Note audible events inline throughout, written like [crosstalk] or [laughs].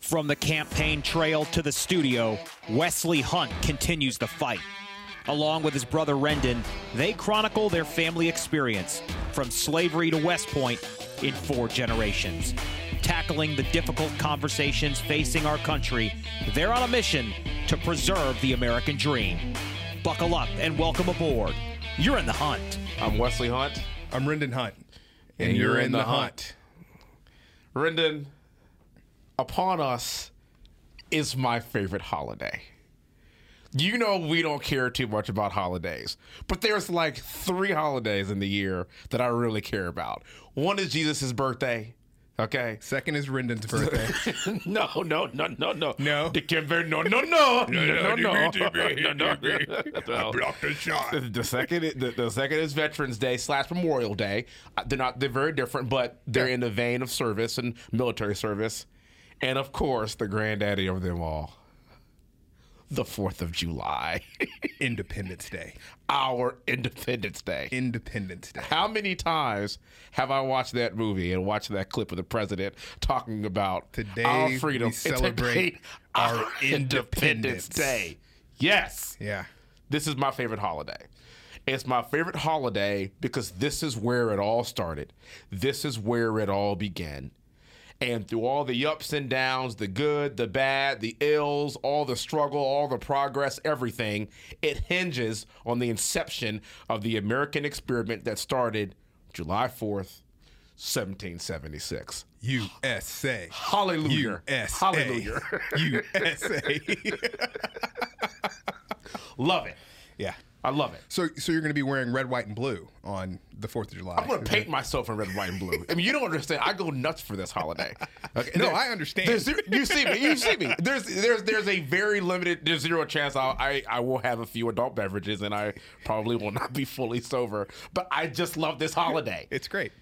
From the campaign trail to the studio, Wesley Hunt continues the fight. Along with his brother Rendon, they chronicle their family experience from slavery to West Point in four generations. Tackling the difficult conversations facing our country, they're on a mission to preserve the American dream. Buckle up and welcome aboard. You're in the hunt. I'm Wesley Hunt, I'm Rendon Hunt. and, you're, in, the, hunt. Rendon, upon us is my favorite holiday. You know, we don't care too much about holidays, but there's like three holidays in the year that I really care about. One is Jesus' birthday. Okay. Second is Rendon's birthday. [laughs] No, no, no, no, no. No. Dickenberg, no, no, [laughs] no. No, no, no. No, [laughs] no. I blocked a shot. The- the second i- the, the second is Veterans Day slash Memorial Day. Uh, They're not they're very different, but they're in the vein of service and military service, and of course the granddaddy of them all, the Fourth of July, [laughs] Independence Day. our Independence Day. Independence Day. How many times have I watched that movie and watched that clip of the president talking about Today our we freedom and celebrate today our Independence independence. Day? Yes. Yeah. This is my favorite holiday. It's my favorite holiday because this is where it all started. This is where it all began. And through all the ups and downs, the good, the bad, the ills, all the struggle, all the progress, everything, it hinges on the inception of the American experiment that started July 4th, 1776. USA. Hallelujah. USA. [laughs] Hallelujah. USA. Love it. yeah. I love it. So, so you're going to be wearing red, white, and blue on the Fourth of July. I'm gonna paint myself in red, white, and blue. I mean, you don't understand. I go nuts for this holiday. Okay, No, I understand. there's zero- you see me. You see me. There's there's there's a very limited. There's zero chance I'll, I I will have a few adult beverages, and I probably will not be fully sober. But I just love this holiday. It's great.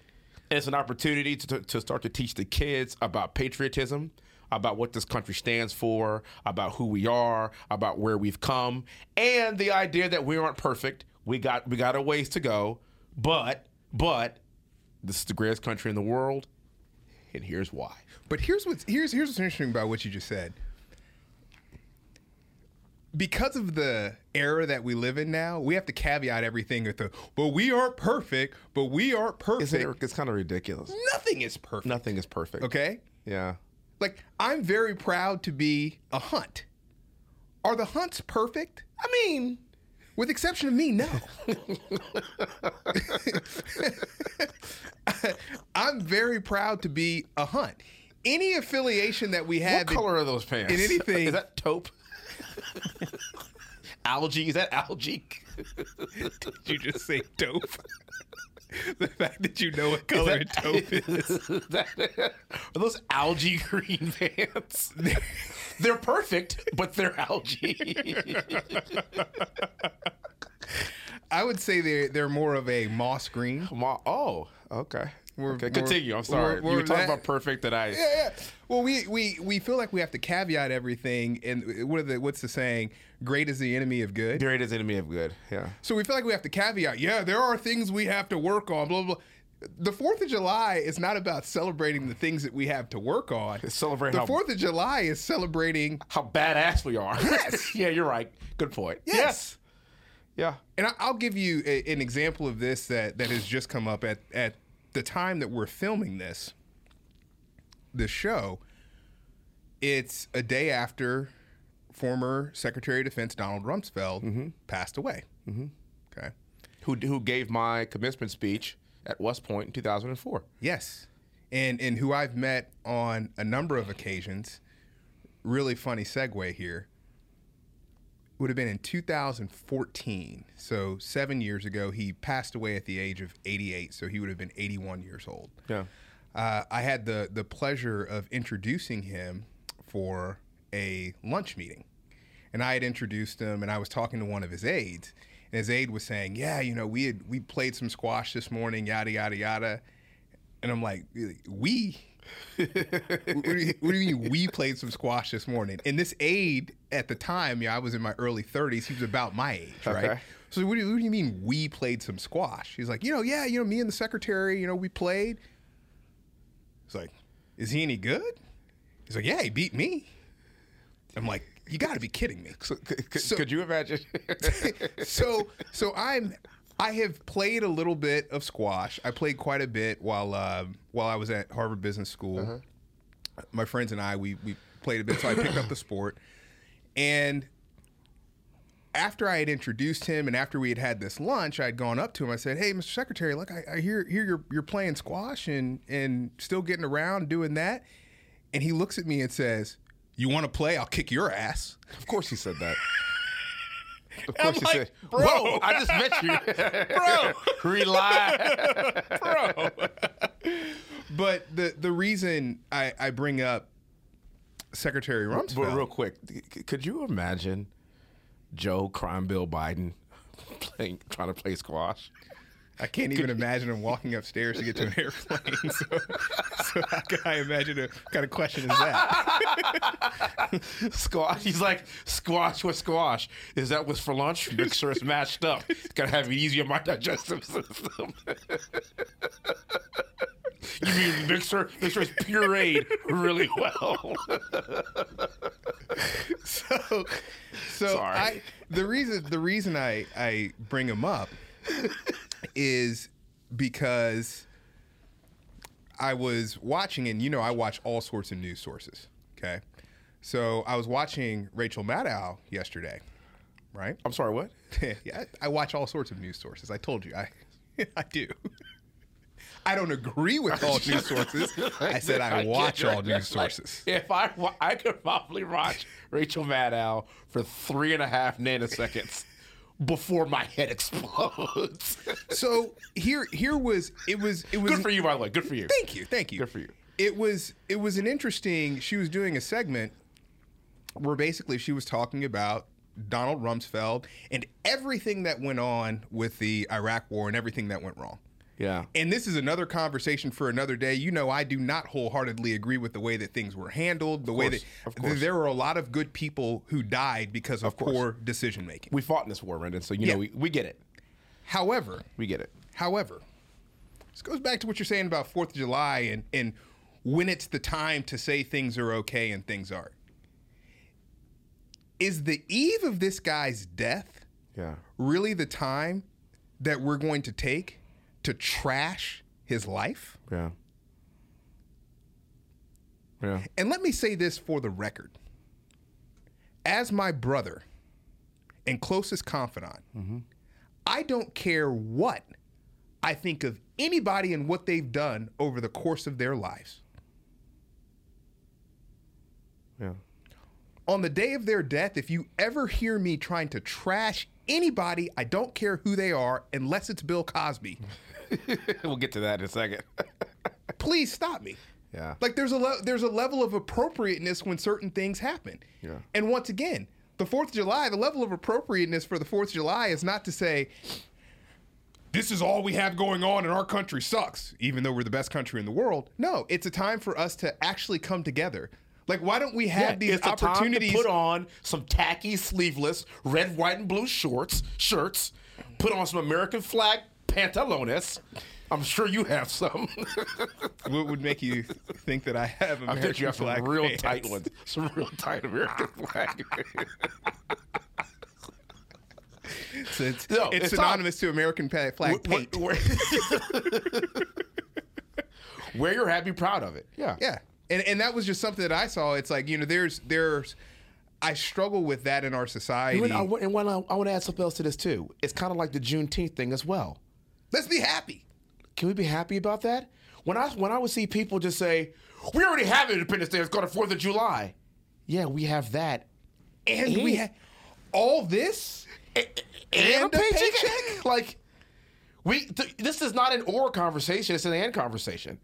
It's an opportunity to, to, to start to teach the kids about patriotism, about what this country stands for, about who we are, about where we've come, and the idea that we aren't perfect. We got we got a ways to go, but but this is the greatest country in the world, and here's why. But here's what's here's here's what's interesting about what you just said. Because of the era that we live in now, we have to caveat everything with the well, we aren't perfect, but we aren't perfect. It's, it's kind of ridiculous. Nothing is perfect. Nothing is perfect. Mm. Okay? Yeah. Like, I'm very proud to be a hunt. Are the hunts perfect? I mean, With the exception [laughs] of me, no. I'm very proud to be a hunt. Any affiliation that we what have, in- color are those pants? in anything- is that [laughs] taupe? algae? Is that algae? [laughs] did you just say dope? [laughs] the fact that you know what color that- [laughs] dope is. That- are those algae [laughs] green [laughs] pants? they're perfect, but they're algae. I would say they're they're more of a moss green. [laughs] Ma- oh, okay. We're- okay, we're- continue. I'm sorry. we're- we're you were talking that- about perfect that I. yeah, yeah. Well, we, we we feel like we have to caveat everything, and uh, what are the what's the saying? Great is the enemy of good. There it is, enemy of good. Yeah. So we feel like we have to caveat. Yeah, there are things we have to work on. Blah blah. blah. The Fourth of July is not about celebrating the things that we have to work on. Celebrate The how- Fourth of July is celebrating, How badass we are. Yes. [laughs] yeah, you're right. Good point. Yes. Yeah. and I, I'll give you a, an example of this that that has just come up at at the time that we're filming this. The show. It's a day after former Secretary of Defense Donald Rumsfeld passed away. Mm-hmm. Okay. Who, who gave my commencement speech at West Point in 2004? Yes. And and who I've met on a number of occasions, really funny segue here, would have been in 2014. So seven years ago, he passed away at the age of 88. So he would have been 81 years old. Yeah. Uh, I had the, the pleasure of introducing him for a lunch meeting. And I had introduced him, and I was talking to one of his aides. And his aide was saying, Yeah, you know, we had we played some squash this morning, yada, yada, yada. And I'm like, We? what, do you, what do you mean we played some squash this morning? And this aide at the time, yeah, I was in my early 30s. He was about my age, right? Okay. So what do, you, what do you mean we played some squash? He's like, you know, yeah, you know, me and the secretary, you know, we played. It's like, is he any good? He's like, yeah, he beat me. I'm like, you got to be kidding me. So, c- c- So- could you [laughs] imagine? so so I'm I have played a little bit of squash. I played quite a bit while um while I was at Harvard Business School. My friends and I we we played a bit, so I picked up the sport. And after I had introduced him and after we had had this lunch, I had gone up to him. I said, "Hey, Mr. Secretary, look, I, I hear hear you're you're playing squash and and still getting around doing that." And he looks at me and says, "You want to play? I'll kick your ass." of course he said [laughs] that. Of I'm course he like, said, "Bro." Whoa, I just met you. [laughs] Bro, Rely. But the the reason I, I bring up Secretary Rumsfeld, But real quick, c- c- could you imagine Joe Crime Bill Biden [laughs] playing trying to play squash? I can't even imagine him walking upstairs to get [laughs] to an airplane. So, so how can I imagine a what kind of question [laughs] is that? Squash. He's like squash with squash. Is that what's for lunch? Make sure it's mashed up. It's gotta have it easier on my digestive system. [laughs] you mean make sure make sure it's pureed really well. So, so Sorry. I the reason the reason I I bring him up is because I was watching, and you know, I watch all sorts of news sources. Okay, so I was watching Rachel Maddow yesterday, right? I'm sorry, what? yeah, I, I watch all sorts of news sources. I told you, I, [laughs] I do. I don't agree [laughs] with all news sources. I said I get watch your- all news that's like, sources. if I wa- I could probably watch Rachel Maddow for three and a half nanoseconds before my head explodes. [laughs] So here, here was it was it was Good for you, by the way. Good for you. Thank you, thank you. Good for you. It was it was an interesting. She was doing a segment where basically she was talking about Donald Rumsfeld and everything that went on with the Iraq War and everything that went wrong. Yeah. And this is another conversation for another day. You know, I do not wholeheartedly agree with the way that things were handled, the way course, that of course. there were a lot of good people who died because of, course. poor decision making. We fought in this war, Brendan, so you Yeah. know we, we get it. However, We get it. however, this goes back to what you're saying about Fourth of July and, and when it's the time to say things are okay and things aren't. Is the eve of this guy's death Yeah. really the time that we're going to take to trash his life? [laughs] Yeah. Yeah. And let me say this for the record. As my brother and closest confidant, I don't care what I think of anybody and what they've done over the course of their lives. Yeah. On the day of their death, if you ever hear me trying to trash anybody, I don't care who they are, unless it's Bill Cosby, we'll get to that in a second. [laughs] please stop me. Yeah. Like there's a le- there's a level of appropriateness when certain things happen. Yeah. And once again, the Fourth of July, the level of appropriateness for the Fourth of July is not to say this is all we have going on and our country sucks, even though we're the best country in the world. No, it's a time for us to actually come together. Like why don't we have these it's a time to opportunities? put on some tacky, sleeveless, red, white, and blue shorts, shirts. Put on some American flag pantalones. I'm sure you have some. [laughs] [laughs] What would make you think that I have I American bet you have some flag real fans? tight ones. [laughs] Some real tight [laughs] American flag. It's, it's, No, it's it's not- synonymous to American pa- flag Wear- paint. wear- [laughs] Wear your hat, be proud of it. Yeah. Yeah. And and that was just something that I saw. It's like, you know, there's there's I struggle with that in our society. You know, I, wa- and one, I, I want to add something else to this too. It's kind of like the Juneteenth thing as well. Let's be happy. Can we be happy about that? When I when I would see people just say, "We already have Independence Day. It's called the Fourth of July." Yeah, we have that, And we Yeah. ha- all this A- And a paycheck? [laughs] like, we th- this is not an or conversation. It's an and conversation.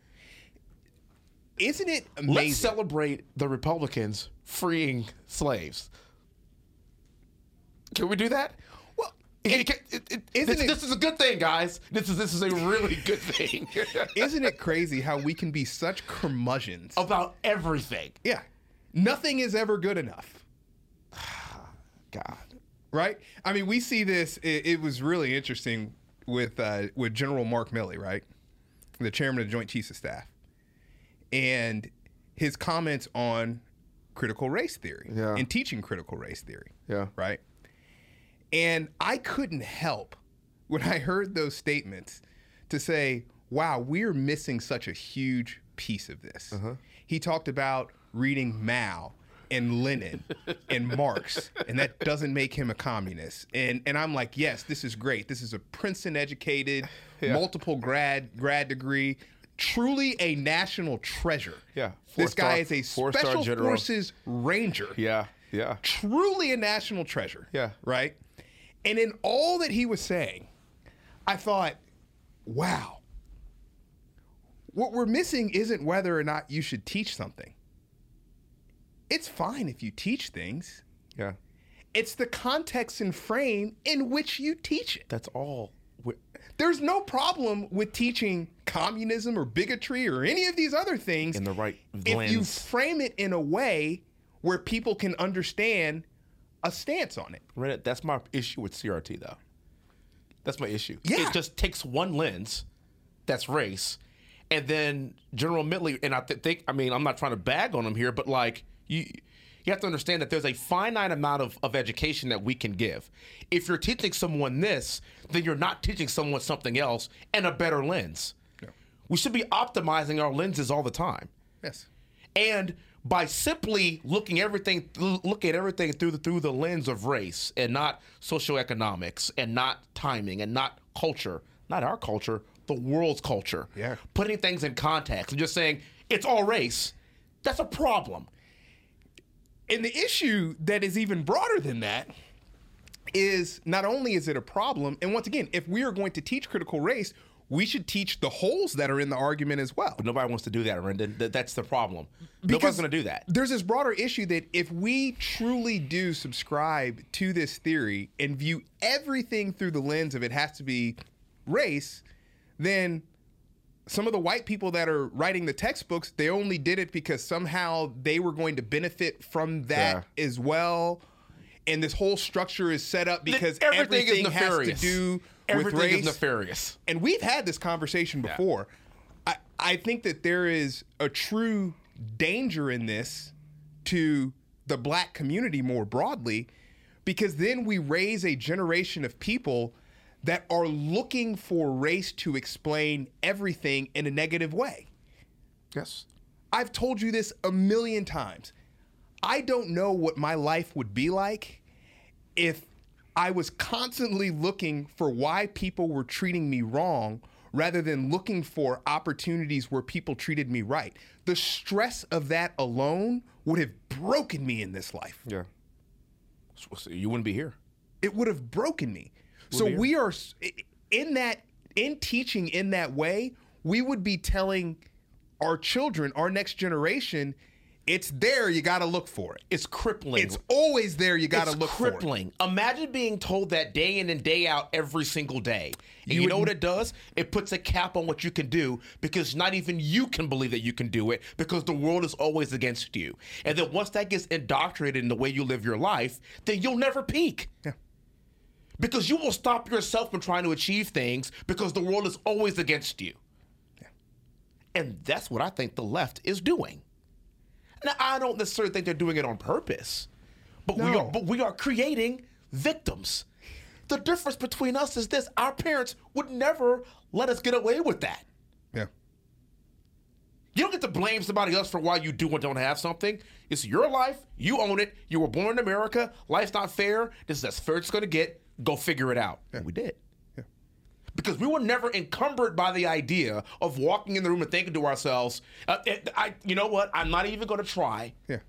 isn't it Let's amazing? celebrate the Republicans freeing slaves. Can we do that? Well, it, it, it, it- isn't this, it- this is a good thing, guys. This is this is a really good thing [laughs] isn't it crazy how we can be such curmudgeons? about everything. yeah. Nothing is ever good enough. God, right? I mean, we see this. It, it was really interesting with uh, with General Mark Milley, right, the chairman of the Joint Chiefs of Staff, and his comments on critical race theory Yeah. and teaching critical race theory, Yeah. right? And I couldn't help when I heard those statements to say, wow, we're missing such a huge piece of this. Uh-huh. He talked about reading Mao [laughs] and Lenin and Marx, and that doesn't make him a communist. And and I'm like, yes, this is great. This is a [laughs] Princeton educated, multiple grad grad degree, truly a national treasure. Yeah. This Four-star- guy is a four-star special general. forces ranger Yeah. Yeah. truly a national treasure. Yeah. Right? And in all that he was saying, I thought, wow, what we're missing isn't whether or not you should teach something. It's fine if you teach things, Yeah. it's the context and frame in which you teach it. That's all. we- There's no problem with teaching communism or bigotry or any of these other things In the right if you lens. frame it in a way where people can understand a stance on it. Right, That's my issue with CRT, though. That's my issue. Yeah. It just takes one lens, that's race, and then General Mitley. And I th- think, I mean, I'm not trying to bag on him here, but like you, you have to understand that there's a finite amount of, of education that we can give. If you're teaching someone this, then you're not teaching someone something else and a better lens. We should be optimizing our lenses all the time Yes. and by simply looking everything look at everything through the through the lens of race and not socioeconomics and not timing and not culture not our culture the world's culture Yeah. putting things in context and just saying it's all race that's a problem And the issue that is even broader than that is not only is it a problem, and once again, if we are going to teach critical race, we should teach the holes that are in the argument as well. nobody wants to do that Rendon. Th- that's the problem Because nobody's going to do that There's this broader issue that if we truly do subscribe to this theory and view everything through the lens of it has to be race, then some of the white people that are writing the textbooks, they only did it because somehow they were going to benefit from that as well. And this whole structure is set up because everything, has to do with everything race is nefarious and we've had this conversation before. I, I think that there is a true danger in this to the black community more broadly, because then we raise a generation of people that are looking for race to explain everything in a negative way. yes I've told you this a million times. I don't know what my life would be like if I was constantly looking for why people were treating me wrong rather than looking for opportunities where people treated me right. The stress of that alone would have broken me in this life. yeah so you wouldn't be here It would have broken me. So we are s- i- in that in teaching in that way, we would be telling our children, our next generation, it's there, you got to look for it. it's crippling It's always there, you got to it's look for it. crippling. Imagine being told that day in and day out every single day. And you, would- know what it does? It puts a cap on what you can do because not even you can believe that you can do it because the world is always against you. And then once that gets indoctrinated in the way you live your life, then you'll never peak. Yeah. Because you will stop yourself from trying to achieve things because the world is always against you. And that's what I think the left is doing. Now, I don't necessarily think they're doing it on purpose, but we No. are but we are creating victims. The difference between us is this: our parents would never let us get away with that. Yeah. You don't get to blame somebody else for why you do or don't have something. It's your life. You own it. You were born in America. Life's not fair. This is as fair as it's going to get. Go figure it out. And we did. Because we were never encumbered by the idea of walking in the room and thinking to ourselves, uh, it- I, you know what? I'm not even going to try Yeah.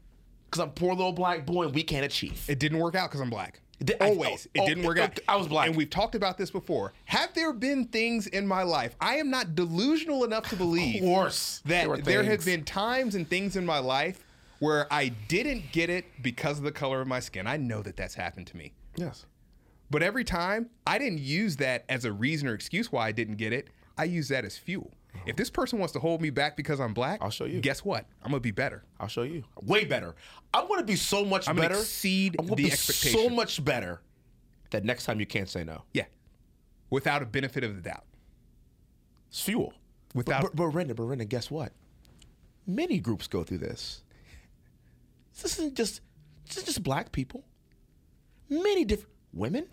because I'm poor little black boy and we can't achieve. It didn't work out because I'm black. did- I- Always. oh, it didn't oh, work out. I was black. And we've talked about this before. Have there been things in my life? I am not delusional enough to believe course, that there were there, have things. been times and things in my life where I didn't get it because of the color of my skin. I know that that's happened to me. Yes. But every time, I didn't use that as a reason or excuse why I didn't get it. I use that as fuel. If this person wants to hold me back because I'm black, I'll show you. Guess what? I'm gonna be better. I'll show you. Way better. I'm going to be so much I'm gonna better. exceed I'm gonna the be So expectation. much better that next time you can't say no. Yeah, without a benefit of the doubt. It's fuel. Without- but, but Brenda, but Brenda, guess what? many groups go through this. This isn't just this is just black people. Many different women.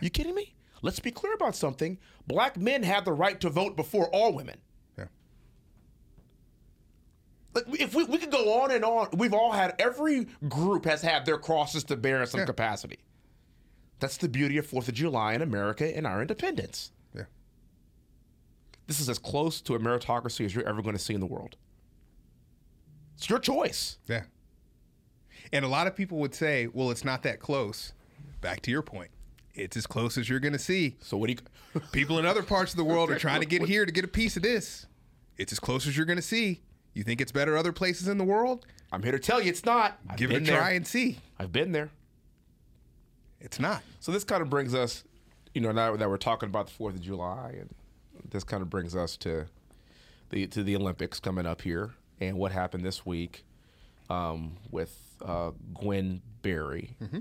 You kidding me? Let's be clear about something. Black men had the right to vote before all women. Yeah. Like if we, we could go on and on, we've all had every group has had their crosses to bear in some Yeah. capacity. That's the beauty of Fourth of July in America and our independence. Yeah. This is as close to a meritocracy as you're ever going to see in the world. It's your choice. Yeah. And a lot of people would say, well, it's not that close. Back to your point. It's as close as you're going to see. So what do you? [laughs] People in other parts of the world are trying to get here to get a piece of this. It's as close as you're going to see. You think it's better other places in the world? I'm here to tell you, it's not. I've Give it a been there. try and see. I've been there. It's not. So this kind of brings us, you know, now that we're talking about the Fourth of July, and this kind of brings us to the to the Olympics coming up here and what happened this week um, with uh, Gwen Berry, Mm-hmm.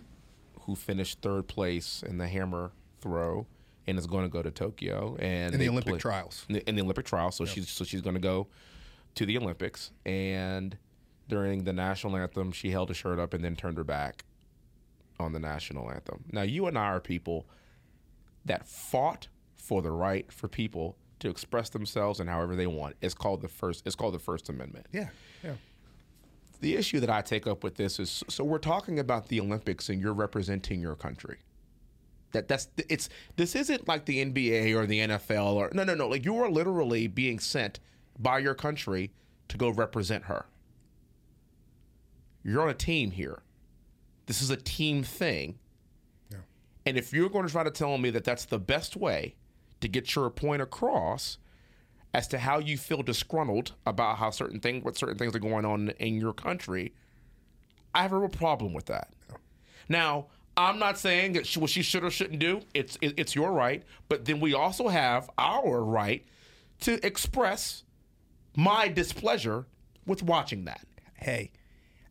who finished third place in the hammer throw and is going to go to Tokyo and In the they Olympic play- trials. in the, in the Olympic trials. So she's so she's going to go to the Olympics and during the national anthem she held a shirt up and then turned her back on the national anthem. Now you and I are people that fought for the right for people to express themselves and however they want. It's called the first it's called the first amendment. Yeah. Yeah. The issue that I take up with this is so we're talking about the Olympics and you're representing your country. That that's it's this isn't like the NBA or the NFL or no no no like you are literally being sent by your country to go represent her. You're on a team here. This is a team thing. Yeah. And if you're going to try to tell me that that's the best way to get your point across as to how you feel disgruntled about how certain things, what certain things are going on in your country, I have a real problem with that. Now, I'm not saying that she, what she should or shouldn't do. It's it, it's your right, but then we also have our right to express my displeasure with watching that. hey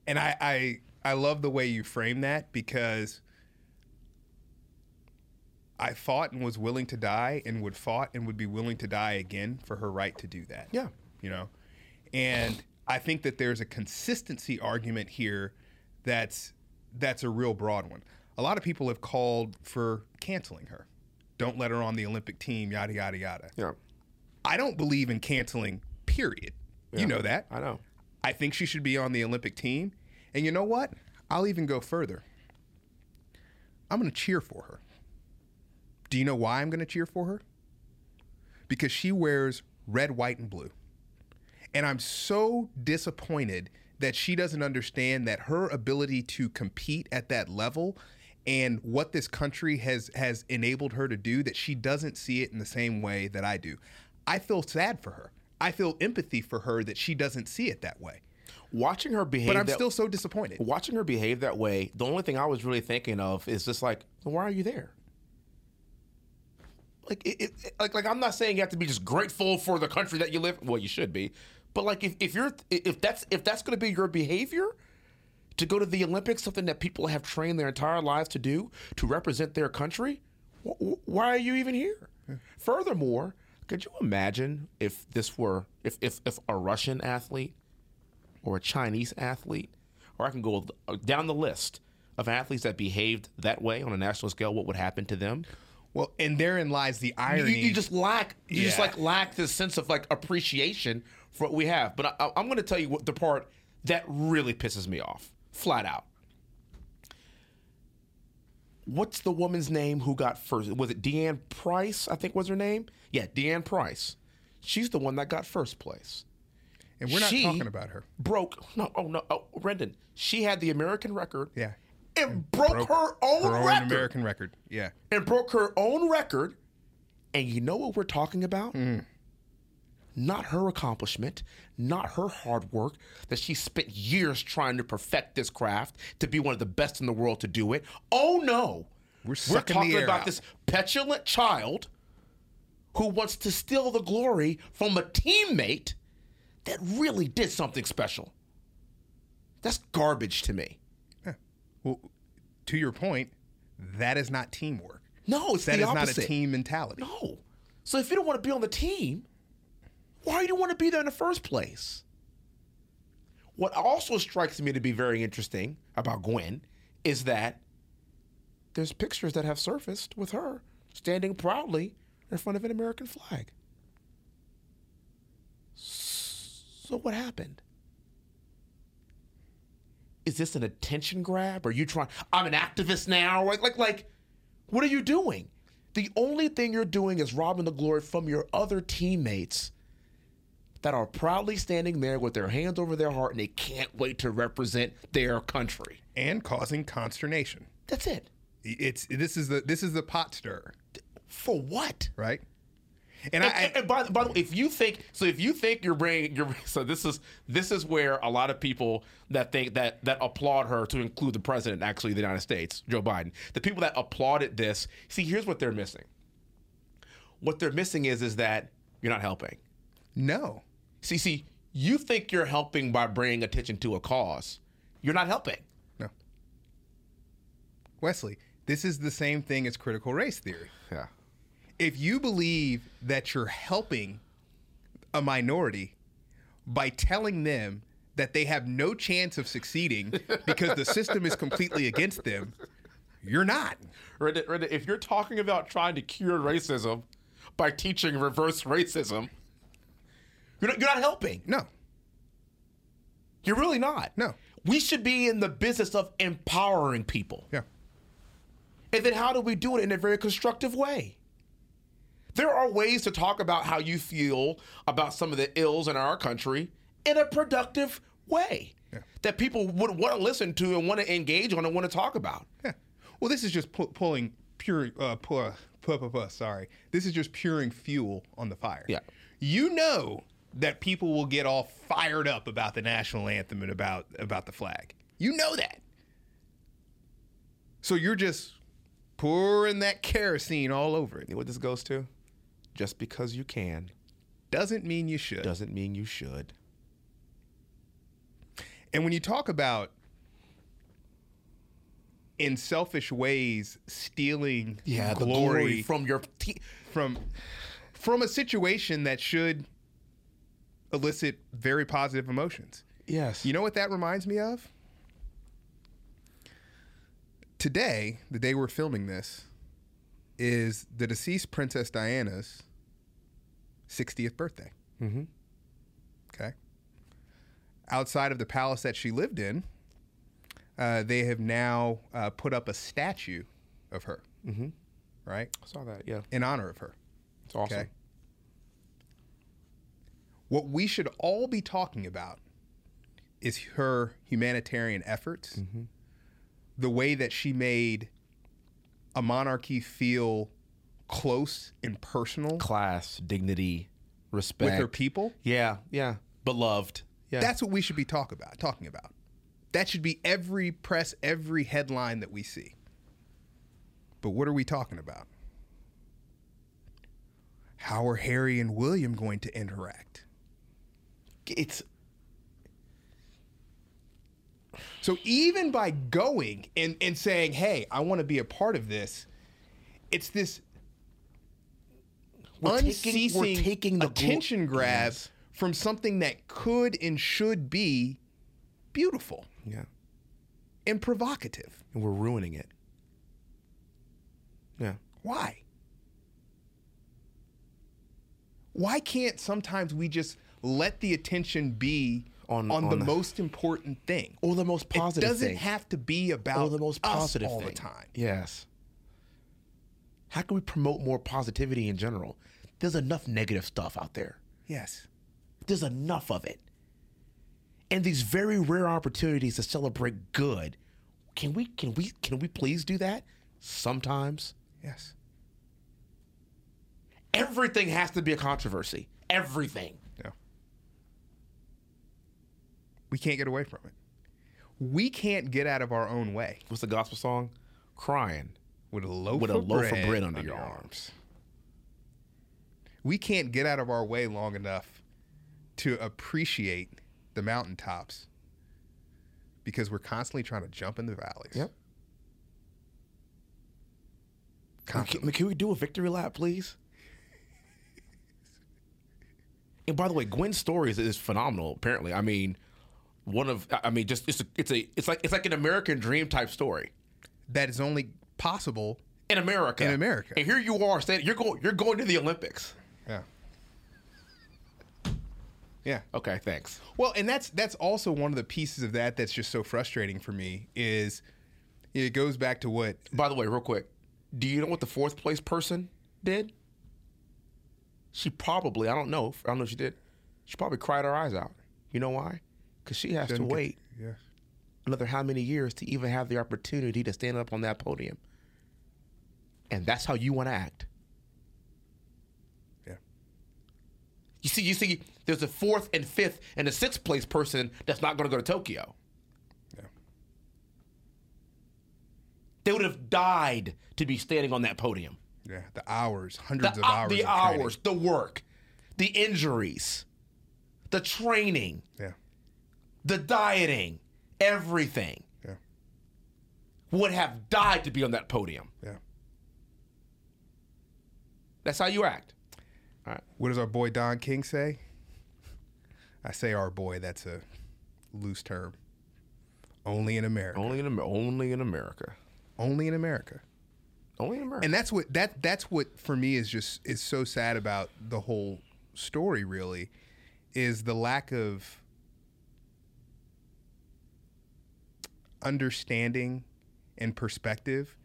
and I, I i love the way you frame that because i fought and was willing to die and would fought and would be willing to die again for her right to do that Yeah. you know and i think that there's a consistency argument here that's that's a real broad one a lot of people have called for canceling her don't let her on the olympic team yada yada yada Yeah, i don't believe in canceling period you know that I know. I think she should be on the Olympic team. And you know what? I'll even go further. I'm going to cheer for her. Do you know why I'm going to cheer for her? Because she wears red, white, and blue. And I'm so disappointed that she doesn't understand that her ability to compete at that level and what this country has has enabled her to do that she doesn't see it in the same way that I do. I feel sad for her. I feel empathy for her that she doesn't see it that way. Watching her behave, But I'm that- still so disappointed. watching her behave that way, the only thing I was really thinking of is just like, why are you there? Like, it, it, like, like I'm not saying you have to be just grateful for the country that you live. Well, you should be, but like, if, if you're if that's if that's going to be your behavior, to go to the Olympics, something that people have trained their entire lives to do to represent their country, wh- wh- why are you even here? Furthermore, could you imagine if this were if if, if a Russian athlete or a Chinese athlete, or I can go uh, down the list of athletes that behaved that way on a national scale, what would happen to them? Well, and therein lies the You, irony. you just lack, you just Yeah. like lack this sense of like appreciation for what we have. But I, I'm going to tell you what the part that really pisses me off, flat out. What's the woman's name who got first? Was it Deanne Price? I think was her name. Yeah, Deanne Price. She's the one that got first place and we're not she- talking about her. broke. No, oh no, oh, Rendon. She had the American record. Yeah. and, broke, her own Her own record. American record. Yeah. And broke her own record. And you know what we're talking about? Hmm. Not her accomplishment, not her hard work that she spent years trying to perfect this craft to be one of the best in the world to do it. Oh no, We're sucking the talking air about out. this petulant child who wants to steal the glory from a teammate that really did something special. That's garbage to me. Well, to your point, that is not teamwork. No, it's That the is opposite. not a team mentality. No. So if you don't want to be on the team, why do you want to be there in the first place? What also strikes me to be very interesting about Gwen is that there's pictures that have surfaced with her standing proudly in front of an American flag. So what happened? Is this an attention grab? Are you trying? I'm an activist now. Like, like, like, what are you doing? The only thing you're doing is robbing the glory from your other teammates that are proudly standing there with their hands over their heart and they can't wait to represent their country. and causing consternation. That's it. It's this is the this is the pot stir, For what? right? And I, And, and- and by, the- by the way, if you think so, if you think you're bringing, you're, so this is this is where a lot of people that think that that applaud her to include the president, actually, of the United States, Joe Biden, the people that applauded this. See, here's what they're missing. What they're missing is is that you're not helping. no, See, see, you think you're helping by bringing attention to a cause. You're not helping. no. Wesley, this is the same thing as critical race theory. Yeah. If you believe that you're helping a minority by telling them that they have no chance of succeeding because the system is completely against them, you're not. Reddit, Reddit, if you're talking about trying to cure racism by teaching reverse racism, you're not, you're not helping. No. You're really not. No. We should be in the business of empowering people. Yeah. And then how do we do it in a very constructive way? There are ways to talk about how you feel about some of the ills in our country in a productive way that people would want to listen to and want to engage on and want to talk about. Yeah. Well, this is just pu- pulling pure, uh, pu- uh, pu- pu- pu- sorry. This is just puring fuel on the fire. Yeah. You know that people will get all fired up about the national anthem and about about the flag. You know that. So you're just pouring that kerosene all over it. You know what this goes to? Just because you can Doesn't mean you should. doesn't mean you should. And when you talk about in selfish ways stealing glory from your te- from from a situation that should elicit very positive emotions. yes. You know what that reminds me of? Today, the day we're filming this, is the deceased Princess Diana's 60th birthday. Mm-hmm. Okay. Outside of the palace that she lived in, uh, they have now uh, put up a statue of her. Mm-hmm. Right? I saw that. Yeah, In honor of her. it's awesome. Okay. What we should all be talking about is her humanitarian efforts, the way that she made a monarchy feel close and personal Class, dignity, respect. with her people. yeah, yeah. Beloved. Yeah. That's what we should be talk about, talking about. That should be every press, every headline that we see. But what are we talking about? How are Harry and William going to interact? it's So even by going and, and saying, hey, I want to be a part of this, it's this We're taking- unceasing we're taking the glo- attention grab Yes. from something that could and should be beautiful yeah, and provocative. and we're ruining it. Yeah. Why? Why can't sometimes we just let the attention be On- on, the on- most important thing? Or the most positive It doesn't thing. have to be about Or the most positive us all thing. the time. Yes. How can we promote more positivity in general? There's enough negative stuff out there. Yes. There's enough of it. And these very rare opportunities to celebrate good. Can we can we can we please do that? Sometimes. Yes. Everything has to be a controversy. Everything. Yeah. We can't get away from it. We can't get out of our own way What's the gospel song? Crying with a loaf, with a of, loaf bread of bread under your arms. We can't get out of our way long enough to appreciate the mountaintops because we're constantly trying to jump in the valleys. Yep. Constantly. Can, can we do a victory lap, please? And by the way, Gwen's story is, is phenomenal. Apparently, I mean, one of I I mean just it's a, it's a it's like it's like an American dream type story That is only possible. in America. In America. and here you are saying you're going you're going to the Olympics. Yeah. Yeah. Okay, thanks. Well, and that's that's also one of the pieces of that that's just so frustrating for me is it goes back to what By the way, real quick, do you know what the fourth place person did? She probably I don't know I don't know if she did. She probably cried her eyes out. You know why? Because she has to wait Yeah. another how many years to even have the opportunity to stand up on that podium. And that's how you want to act. Yeah. You see, you see, there's a fourth and fifth and a sixth place person that's not going to go to Tokyo. Yeah. They would have died to be standing on that podium. Yeah. The hours, The, hundreds of hou- hours. the of training. hours, the work, the injuries, the training, Yeah. the dieting, everything Yeah. would have died to be on that podium. Yeah. That's how you act. What does our boy Don King say? I say our boy, that's a loose term. Only in America. Only in Amer- only in America. Only in America. Only in America. And that's what that that's what for me is just is so sad about the whole story really is the lack of understanding and perspective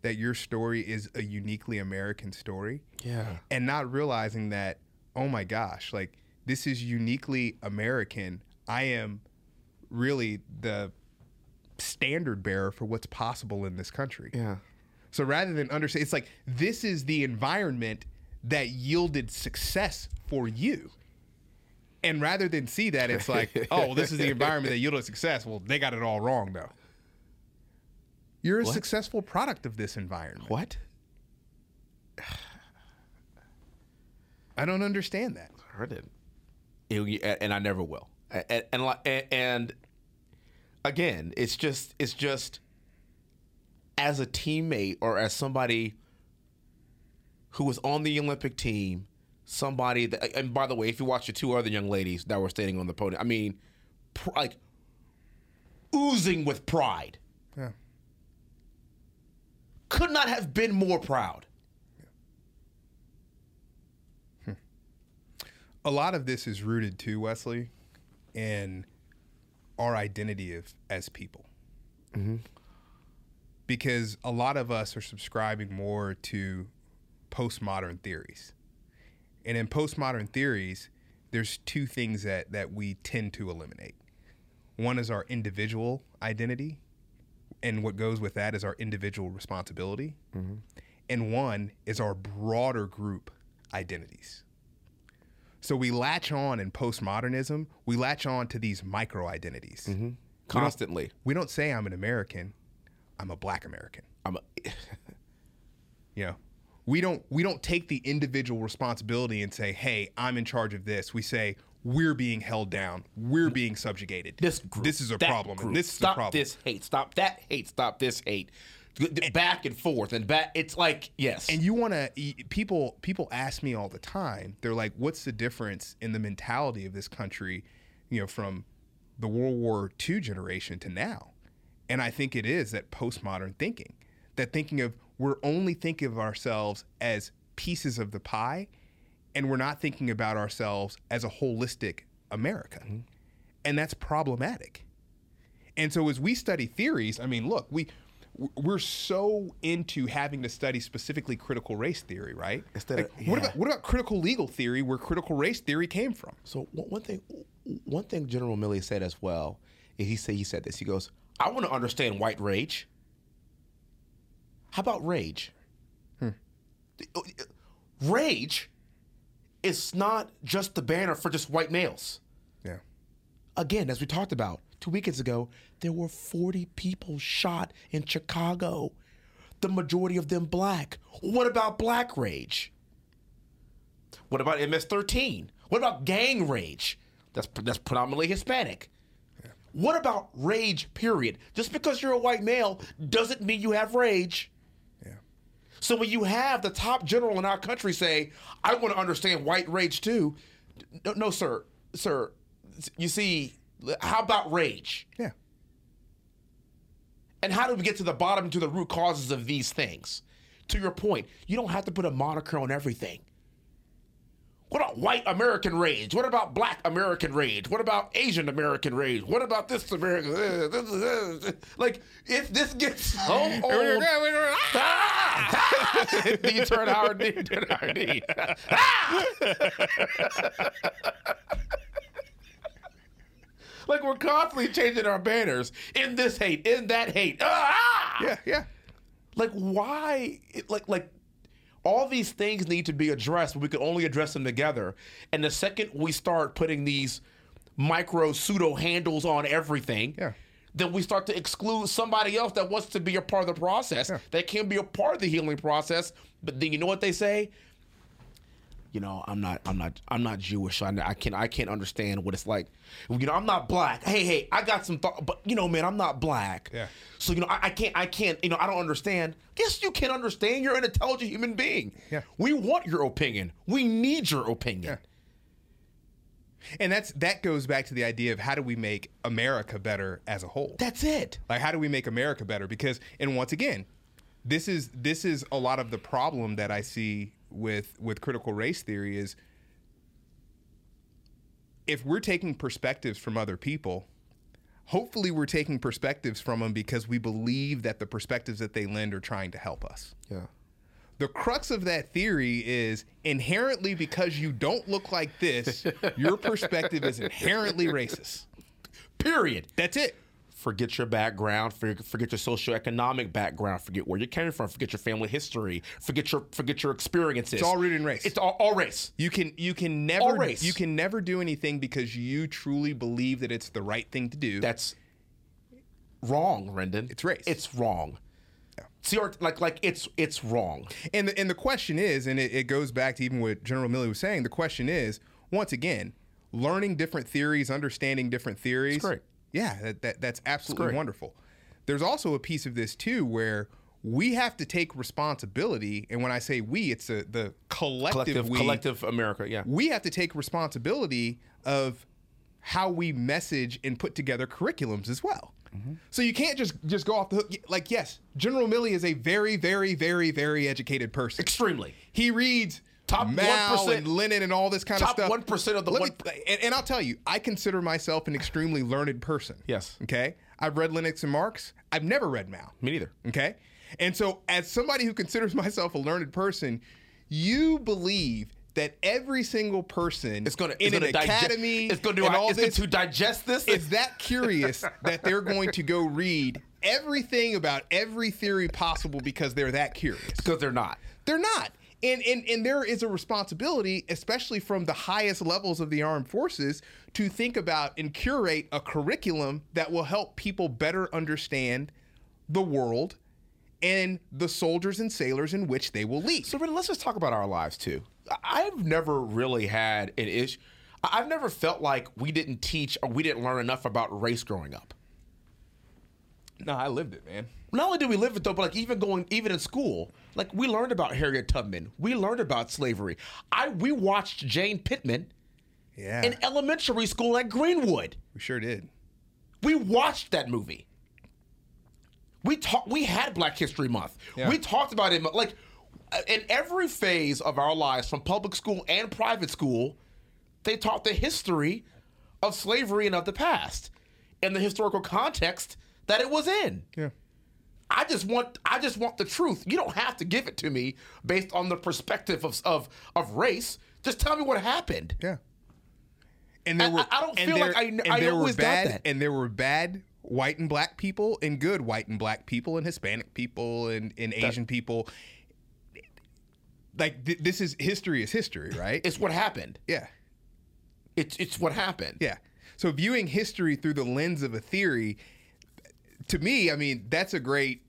that your story is a uniquely American story. yeah. and not realizing that oh my gosh like this is uniquely american i am really the standard bearer for what's possible in this country Yeah. so rather than understand it's like this is the environment that yielded success for you and rather than see that it's like oh this is the environment that yielded success well they got it all wrong though you're a successful product of this environment What? i don't understand that I didn't. It- and I never will. And, and like- and again, it's just it's just as a teammate or as somebody who was on the Olympic team, somebody that and by the way, if you watch the two other young ladies that were standing on the podium, I mean, pr- like oozing with pride. yeah could not have been more proud. a lot of this is rooted too, Wesley, in our identity of as people. Because a lot of us are subscribing more to postmodern theories. And in postmodern theories, there's two things that, that we tend to eliminate. One is our individual identity, and what goes with that is our individual responsibility. And one is our broader group identities. So we latch on in postmodernism, we latch on to these micro identities. Mm-hmm. Constantly. We don't say I'm an American, I'm a black American. I'm a, You know. We don't we don't take the individual responsibility and say, "Hey, I'm in charge of this." We say, "We're being held down. We're being subjugated. this group. This is a that problem. group. and This is stop a problem." this hate. Stop that hate. Stop this hate. Back and forth and back. It's like yes. And you want to people people ask me all the time. They're like, "What's the difference in the mentality of this country, you know, from the World War II generation to now?" And I think it is that postmodern thinking, that thinking of we're only thinking of ourselves as pieces of the pie, and we're not thinking about ourselves as a holistic America, and that's problematic. And so as we study theories, I mean, look, we we're so into having to study specifically critical race theory, right? Instead of- what yeah. about what about critical legal theory where critical race theory came from? so one one thing, one thing General Milley said as well is he said he said this. He goes, I want to understand white rage. How about rage? Hmm. uh, Rage is not just the banner for just white males. Yeah. again, as we talked about two weekends ago, there were 40 people shot in Chicago, the majority of them black. What about black rage? What about MS 13? What about gang rage? That's, that's predominantly Hispanic. What about rage, period? Just because you're a white male doesn't mean you have rage. Yeah. So when you have the top general in our country say, "I want to understand white rage too," no, no, sir, sir, you see, How about rage? Yeah. And how do we get to the bottom to the root causes of these things? To your point, you don't have to put a moniker on everything. What about white American rage? What about black American rage? What about Asian American rage? What about this American? Like, if this gets so old, [laughs] do you turn Howard D? Turn Howard D. [laughs] like, we're constantly changing our banners in this hate, in that hate. Ah! Yeah, yeah. like why it- like like all these things need to be addressed but we can only address them together and the second we start putting these micro pseudo handles on everything Yeah. then we start to exclude somebody else that wants to be a part of the process Yeah. that can be a part of the healing process but then you know what they say you know i'm not i'm not i'm not jewish i, I can i can't understand what it's like you know i'm not black hey hey i got some thought but you know man i'm not black Yeah. so you know, I, I can't, I can't, you know, I don't understand. Yes, you can understand. You're an intelligent human being. Yeah. We want your opinion. We need your opinion. And that's that goes back to the idea of how do we make America better as a whole? That's it. like how do we make America better? Because and once again, this is this is a lot of the problem that I see with with critical race theory is if we're taking perspectives from other people, hopefully we're taking perspectives from them because we believe that the perspectives that they lend are trying to help us. Yeah. The crux of that theory is inherently because you don't look like [laughs] this, your perspective is inherently racist. Period. That's it. Forget your background. for- Forget your socioeconomic background. Forget where you came from. Forget your family history. Forget your forget your experiences. It's all rooted in race. It's all, all race. You can you can never race. you can never do anything because you truly believe that it's the right thing to do. That's wrong, Rendon. It's race. It's wrong. See, or like like it's it's wrong. and the, and the question is, and it, it goes back to even what General Milley was saying. The question is, once again, learning different theories, understanding different theories. great. Yeah, that, that that's absolutely great. wonderful. There's also a piece of this too where we have to take responsibility, and when I say we, it's a, the collective, Collective we collective America. Yeah. we have to take responsibility of how we message and put together curriculums as well. Mm-hmm. So you can't just just go off the hook. Like yes, General Milley is a very, very, very, very educated person. Extremely. He reads Top Mao 1%. and Lenin and all this kind Top of stuff. 1% of the Let one- me- and, and I'll tell you, I consider myself an extremely learned person. Yes. Okay. I've read Linux and Marx. I've never read Mao. Me neither. Okay. And so, as somebody who considers [laughs] myself a learned person, you believe that every single person It's gonna in it's an gonna digest- academy It's gonna do and all it's this gonna to digest this. is [laughs] that curious that they're going to go read everything about every theory possible because they're that curious. because they're not. They're not. And, and, and there is a responsibility, especially from the highest levels of the armed forces, to think about and curate a curriculum that will help people better understand the world and the soldiers and sailors in which they will lead. So Ren, let's just talk about our lives too. I- I've never really had an issue. I- I've never felt like we didn't teach or we didn't learn enough about race growing up. no, I lived it, man. Not only did we live it though, but like even going even in school, like we learned about Harriet Tubman. We learned about slavery. I we watched Jane Pittman Yeah, in elementary school at Greenwood. we sure did. We watched that movie. We talked. We had Black History Month. Yeah. We talked about it. Like in every phase of our lives, from public school and private school, they taught the history of slavery and of the past, and the historical context that it was in. Yeah. I just want. I just want the truth. You don't have to give it to me based on the perspective of of, of race. Just tell me what happened. Yeah. And there I- were I don't and feel there- like I kn- and I there always were got bad, that. And there were bad white and black people and good white and black people and Hispanic people and, and Asian people. Like th- this is history is history, right? It's what happened. [laughs] yeah. It's it's what happened. Yeah. So viewing history through the lens of a theory to me, I mean, that's a great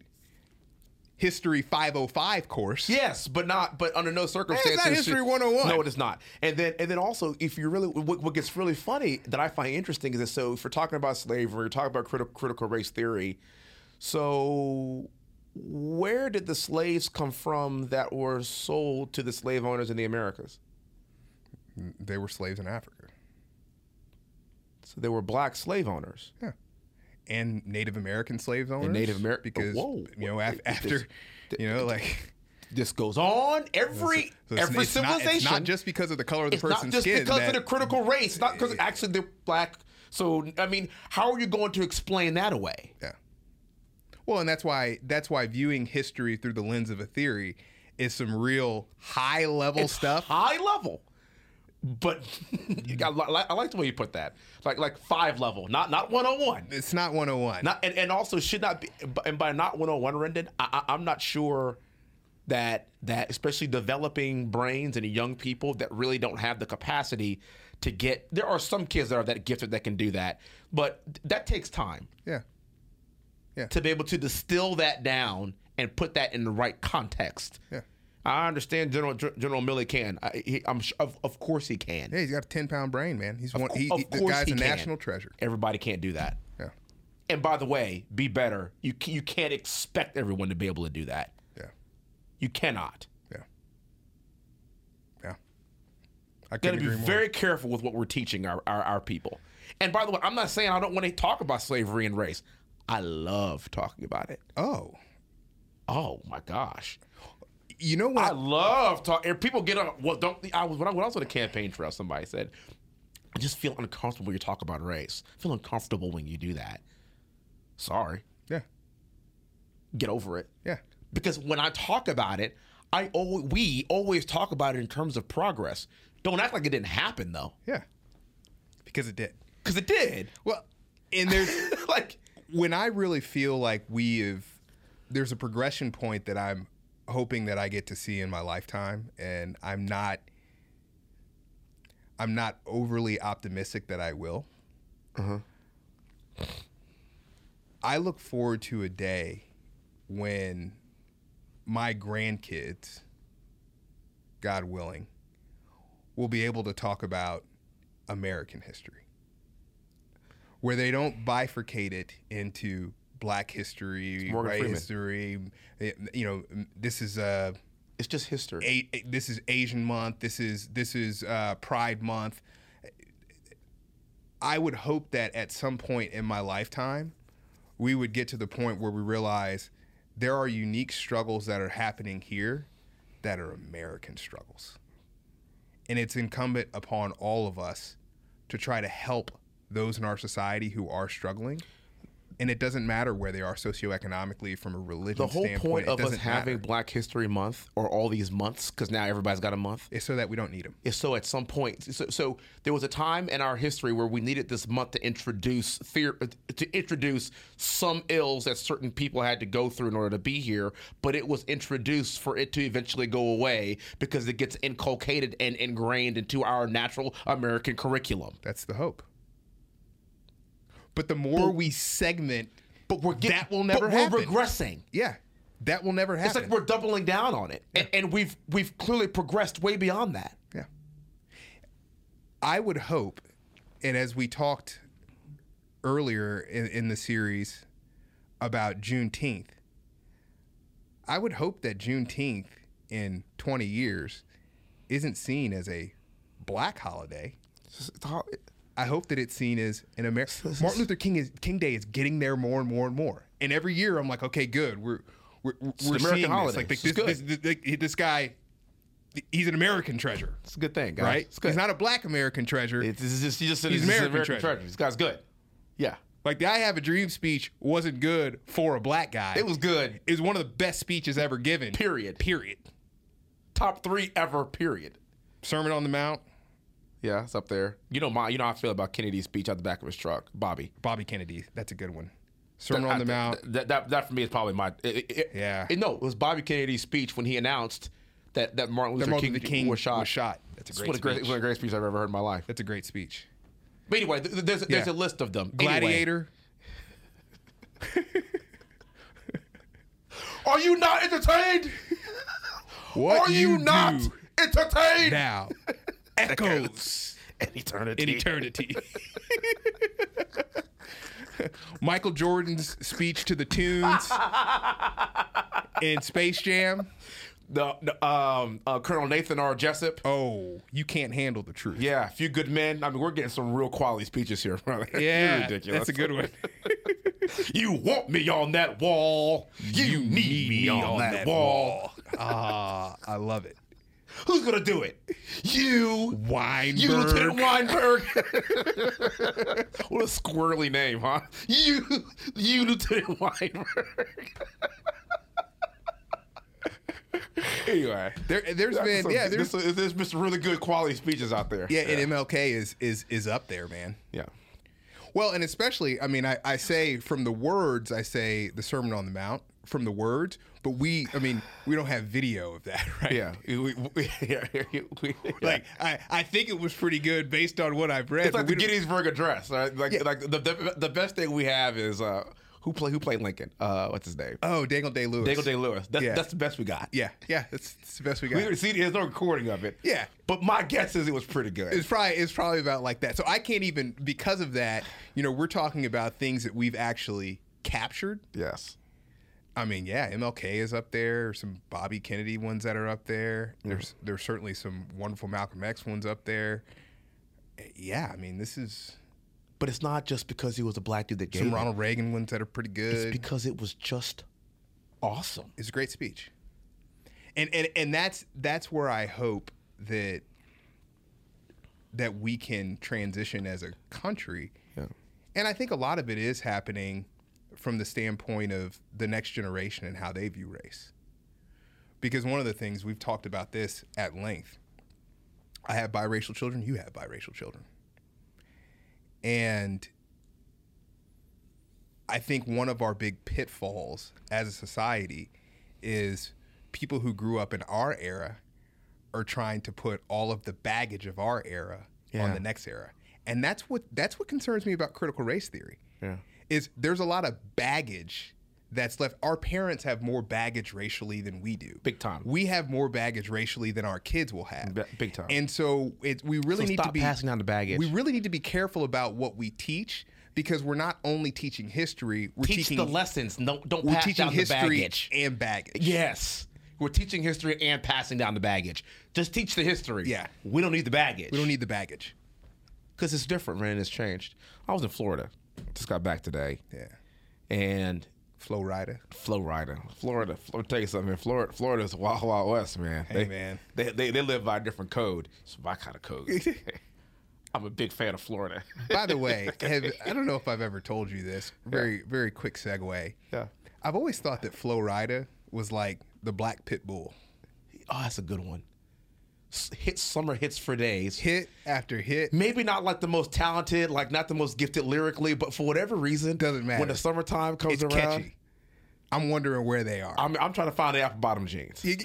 history 505 course. Yes, but not. But under no circumstances. History should- 101. No, it is not. And then, and then also, if you really, what, what gets really funny that I find interesting is that so if we're talking about slavery, we're talking about critical critical race theory. So, where did the slaves come from that were sold to the slave owners in the Americas? They were slaves in Africa. So there were black slave owners. and Native American slaves owners. Native Ameri- because Whoa. you know af- This- after you know like This goes on every so it's, every it's civilization. Not, it's not just because of the color of the it's not person's just skin. because that- Eh. of the critical race. It's not because actually they're black. So I mean, how are you going to explain that away? yeah. Well, and that's why that's why viewing history through the lens of a theory is some real high level stuff. High level, but [laughs] I, li- I like the way you put that. Like like five level, not not one on one. It's not 101. Not and, and also should not be. And by not one on one rendered, I, I, I'm not sure that that especially developing brains and young people that really don't have the capacity to get. There are some kids that are that gifted that can do that, but that takes time. yeah. to be able to distill that down and put that in the right context. Yeah. I understand General General Milley can. I, he, I'm sh- of, of course he can. Yeah, he's got a 10 pound brain, man. He's one. cou- He, of he- the course guy's he a can. national treasure. Everybody can't do that. Yeah. And by the way, be better. You ca- you can't expect everyone to be able to do that. Yeah. You cannot. Yeah. Yeah. I Got to couldn't be agree more. very careful with what we're teaching our, our our people. And by the way, I'm not saying I don't want to talk about slavery and race. I love talking about it. oh, Oh my gosh. you know what? I love talking. People get on. Well, don't. I was when I, when I was on a campaign trail. Somebody said, "I just feel uncomfortable when you talk about race. I feel uncomfortable when you do that." Sorry, yeah. get over it. Yeah. Because when I talk about it, I always, we always talk about it in terms of progress. Don't act like it didn't happen though, Yeah. Because it did. because it did. Well, and there's like, when I really feel like we have, there's a progression point that I'm hoping that I get to see in my lifetime, and I'm not, I'm not overly optimistic that I will. I look forward to a day when my grandkids, God willing, will be able to talk about American history where they don't bifurcate it into black history, Morgan white Freeman. history. eh, You know, m- this is uh, it's just history. a, a- this is Asian month. This is this is uh, Pride month. I would hope that at some point in my lifetime, we would get to the point where we realize there are unique struggles that are happening here that are American struggles. And it's incumbent upon all of us to try to help those in our society who are struggling. And it doesn't matter where they are socioeconomically from a religion the whole point standpoint. it of us doesn't matter. having Black History Month or all these months, because now everybody's got a month, is so that we don't need them. is so at some point so, so there was a time in our history where we needed this month to introduce fear to introduce some ills that certain people had to go through in order to be here but it was introduced for it to eventually go away because it gets inculcated and ingrained into our natural american curriculum That's the hope. But the more we segment, but we're getting, That will never but we're happen. regressing yeah, that will never it's happen. like we're doubling down on it and, and we've we've clearly progressed way beyond that yeah. I would hope, and as we talked earlier in, in the series about Juneteenth, I would hope that Juneteenth in 20 years isn't seen as a black holiday. I hope that it's seen as [laughs] an American. Martin Luther King is King Day is getting there more and more and more. And every year, I'm like, okay, good. We're we're, we're an seeing American this. holiday. Like this, It's good. this, this, this- this guy, he's an American treasure, it's a good thing guys. right? it's good He's not a black American treasure. it's, it's just you just said He's it's just American American treasure. treasure. this guy's good yeah like the "I Have a Dream" speech wasn't good for a black guy. it was good It was one of the best speeches ever given. Period. Period. top three ever. Period. Sermon on the Mount. Yeah, it's up there. You know my, you know how I feel about Kennedy's speech out the back of his truck, Bobby. Bobby Kennedy. That's a good one. Sermon on I- the Mount. That, that that for me is probably my. It, it- it- Yeah. it- no, it was Bobby Kennedy's speech when he announced that that Martin Luther, Martin Luther King, King was shot. was shot. That's a It's great one of the great, speech. one of the great speeches I've ever heard in my life. That's a great speech. But anyway, th- th- there's there's Yeah. a list of them. Anyway. Gladiator. are you not entertained? What are do you, not do entertained? [laughs] now echoes In eternity. [laughs] in eternity. [laughs] Michael Jordan's speech to the tunes in Space Jam. the, the um, uh, Colonel Nathan R. Jessup. Oh, you can't handle the truth. Yeah, a few good men. I mean, we're getting some real quality speeches here, [laughs] brother. You're Yeah, ridiculous. That's a [laughs] good one. You want me on that wall. You, need me on, that, wall. Ah, I love it. Who's gonna do it? You. Weinberg. You, Lieutenant Weinberg. [laughs] what a squirrely name, huh? You, you, Lieutenant Weinberg. [laughs] anyway, there, there's been yeah, there's there's, there's been some really good quality speeches out there. yeah, and MLK is is is up there, man. yeah. Well, and especially, I mean, I, I say from the words, I say the Sermon on the Mount from the words, but we, I mean, we don't have video of that, [laughs] right? Yeah, [laughs] we, we, yeah, we- Like, I, I think it was pretty good based on what I've read. It's like but the we don't- Gettysburg Address, right? Like, Yeah. like the, the the best thing we have is uh, who play who played Lincoln? Uh, what's his name? oh, Dangle Day Lewis. Daniel Day Lewis. That's, Yeah. that's the best we got. Yeah, yeah, that's, that's the best we got. We see there's no recording of it. Yeah. but my guess is it was pretty good. it's probably it's probably about like that. So I can't even because of that. You know, we're talking about things that we've actually captured. yes, I mean, yeah, MLK is up there. There's some Bobby Kennedy ones that are up there. There's there's certainly some wonderful Malcolm X ones up there. Yeah, I mean, this is but it's not just because he was a black dude that gave some it. Ronald Reagan ones that are pretty It's good. because it was just awesome. It's a great speech. And and and that's that's where I hope that that we can transition as a country. Yeah. And I think a lot of it is happening from the standpoint of the next generation and how they view race. Because one of the things we've talked about this at length. I have biracial children, you have biracial children. And I think one of our big pitfalls as a society is people who grew up in our era are trying to put all of the baggage of our era on Yeah. the next era. And that's what that's what concerns me about critical race theory. Yeah. Is there's a lot of baggage that's left. Our parents have more baggage racially than we do. Big time. We have more baggage racially than our kids will have. Ba- big time. And so it, we really So need to stop be passing down the baggage. We really need to be careful about what we teach because we're not only teaching history, we're Teach teaching the lessons. No, don't we're pass teaching down history the baggage. and baggage. Yes. We're teaching history and passing down the baggage. Just teach the history. Yeah. We don't need the baggage. We don't need the baggage. because it's different, man. It's changed. I was in Florida. Just got back today. Yeah. And Flow rider. flow rider, Florida. Florida, tell you something. Florida, Florida's wild, wild west, man. Hey, they, man. They, they they live by a different code. It's my kind of [laughs] code. I'm a big fan of [laughs] Florida. By the way, have, I don't know if I've ever told you this. Very very quick segue. Yeah. I've always thought that Flow Rida was like the black pit bull. oh, that's a good one. S- Hit summer hits for days. Hit after hit. maybe not like the most talented, like not the most gifted lyrically, but for whatever reason, Doesn't matter. When the summertime comes It's around, catchy. I'm wondering where they [laughs] are. I'm, I'm trying to find the apple bottom jeans You-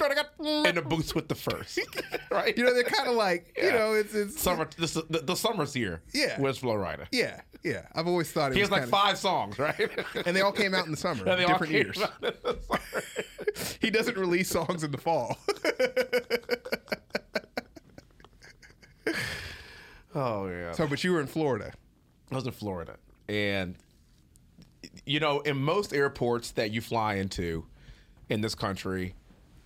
and the boots with the [laughs] first, [laughs] right? you know, they're kind of like, you know, it's it's summer. This, is- the, the summer's here. Yeah. where's Flow Rider? yeah, yeah. I've always thought it He was has like kinda- five songs, right? [laughs] and they all came out in the summer, And they all different came years. out in the summer. [laughs] He doesn't release songs in the fall. [laughs] oh yeah. so, but you were in Florida. I was in Florida, and you know, in most airports that you fly into in this country,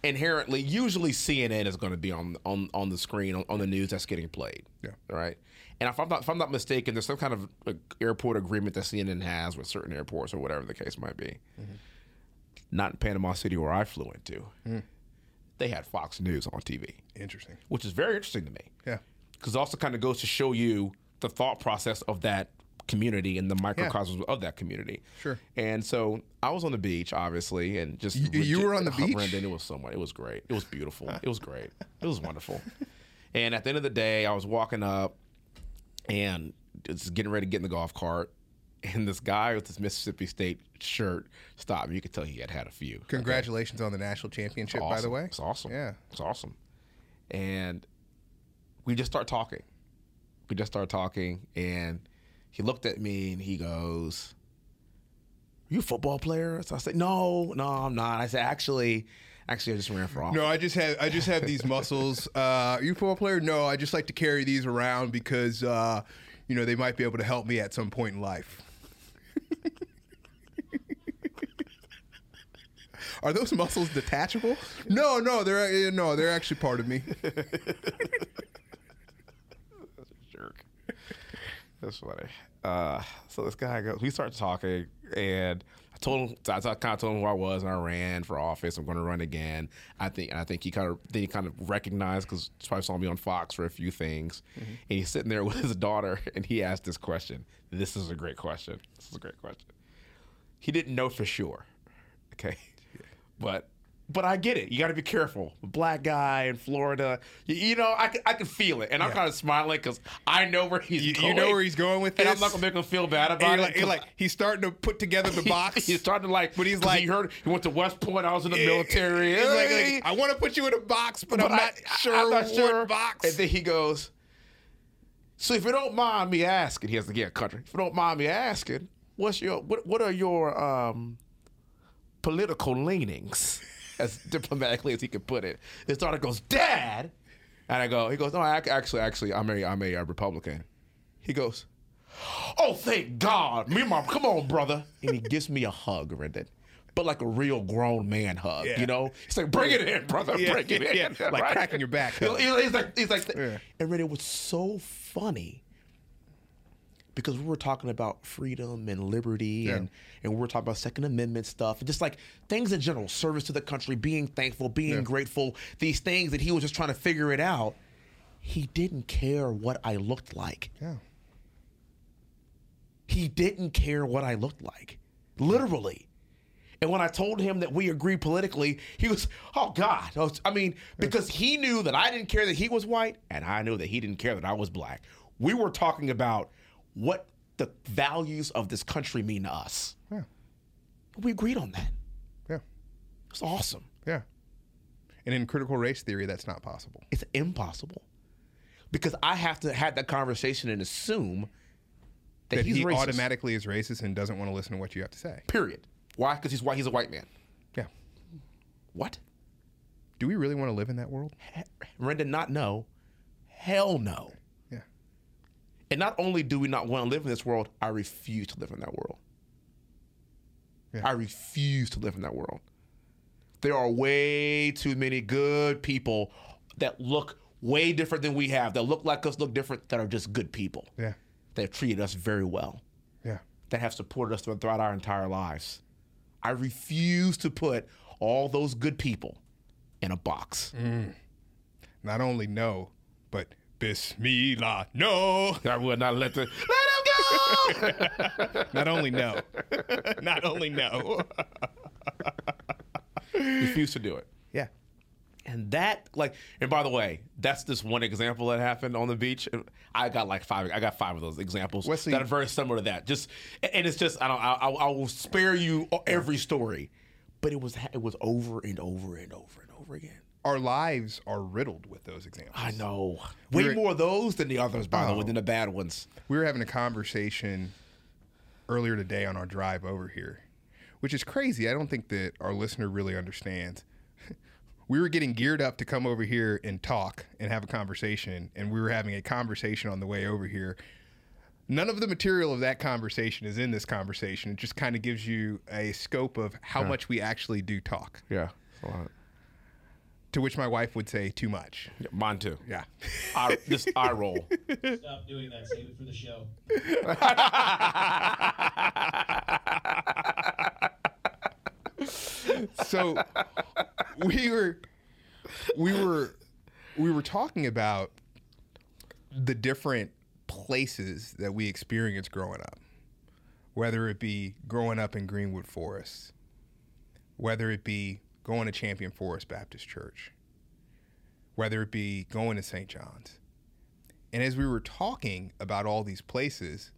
inherently, usually CNN is going to be on on on the screen on, on the news that's getting played. Yeah. right. And if I'm not if I'm not mistaken, there's some kind of uh, airport agreement that CNN has with certain airports or whatever the case might be. Not in Panama City, where I flew into. They had Fox News on TV, Interesting. which is very interesting to me Yeah. because it also kind of goes to show you the thought process of that community and the microcosms of that community. Sure. And so I was on the beach, obviously, and just you, you were on the beach? It was someone. It was great. It was beautiful. it was great. It was [laughs] wonderful. And at the end of the day, I was walking up and just getting ready to get in the golf cart. And this guy with this Mississippi State shirt stopped me. You could tell he had had a few. Congratulations on the national championship, by the Awesome. way. It's awesome. Yeah. It's awesome. And we just start talking. We just start talking and he looked at me and he goes, You a football player? So I said, No, no, I'm not. I said, actually, actually I just ran for office. No, I just have I just have these [laughs] muscles. Uh, are you a football player? No, I just like to carry these around because uh, you know they might be able to help me at some [laughs] point in life. Are those muscles detachable? No, no, they're uh, no, they're actually part of me. jerk. That's funny. Uh, so this guy goes, we start talking, and I told him, I, kind of told him who I was, and I ran for office. I'm going to run again. I think, and I think he kind of, then he kind of recognized because his wife saw me on Fox for a few things, Mm-hmm. and he's sitting there [laughs] with his daughter, and he asked this question. This is a great question. This is a great question. He didn't know for sure, okay, but. But I get it. You got to be careful. Black guy in Florida, you, you know, I, c- I can feel it, and I'm kind of smiling because I know where he's You- going. you know where he's going with and I'm this? not gonna make him feel bad about And it. you're like, you're 'cause like he's starting to put together the [laughs] he- box. He's starting to like, But he's [laughs] 'cause like- he heard he went to West Point. I was in [laughs] the military. He's like, [laughs] like, I want to put you in a box, but, But I'm I- not I- sure I'm not sure. what box. And then he goes, so if you don't mind me asking, he has to get a country. If you don't mind me asking, what's your what what are your um political leanings, [laughs] as diplomatically as he could put it? His daughter goes, Dad, and I go, he goes, No, I ac- actually, actually, I'm a I'm a, uh Republican. He goes, Oh, thank God, me and my come on, brother, and he gives me a hug, Rendon. But like a real grown man hug, Yeah. you know. He's like, "Bring it in, brother, Yeah, bring it in." [laughs] yeah, [laughs] like cracking your back He's, hug. he's like, he's like, Yeah. and Rennie was so funny because we were talking about freedom and liberty and and we were talking about Second Amendment stuff and just like things in general, service to the country, being thankful, being grateful, these things that he was just trying to figure it out. He didn't care what I looked like. yeah. He didn't care what I looked like, literally. And when I told him that we agree politically, he was, oh God. I was- I mean, because he knew that I didn't care that he was white, and I knew that he didn't care that I was black. We were talking about what the values of this country mean to us. Yeah. We agreed on that. Yeah. It's awesome. Yeah. And in critical race theory, that's not possible. It's impossible. Because I have to have that conversation and assume that, That he's he racist. automatically is racist and doesn't want to listen to what you have to say. Period. Why? Because he's white. He's a white man. Yeah. What? Do we really want to live in that world? Rendon not no. Hell no. Yeah. And not only do we not want to live in this world, I refuse to live in that world. Yeah. I refuse to live in that world. There are way too many good people that look way different than we have, that look like us, look different, that are just good people, Yeah. that have treated us very well, Yeah. that have supported us throughout our entire lives. I refuse to put all those good people in a box. Not only no, but Bismillah, no. I will not let the let him go. [laughs] Not only no. not only no. refuse to do it. Yeah. And that, like, and by the way, that's just one example that happened on the beach. I got like five. I got five of those examples Wesley- that are very similar to that. Just, and it's just, I don't, I, I, I will spare you every story, but it was, it was over and over and over and over again. Our lives are riddled with those examples. I know. Oh. Way We're- more of those than the others, by the way, than the bad ones. we were having a conversation earlier today on our drive over here, which is crazy. I don't think that our listener really understands. [laughs] We were getting geared up to come over here and talk and have a conversation, and we were having a conversation on the way over here. None of the material of that conversation is in this conversation. It just kind of gives you a scope of how much we actually do talk, Yeah, to which my wife would say, too much. mine too. Yeah. I, this eye [laughs] roll. Stop doing that. Save it for the show. so [laughs] we were we were we were talking about the different places that we experienced growing up whether it be growing up in greenwood forest whether it be going to champion forest baptist church whether it be going to st john's and as we were talking about all these places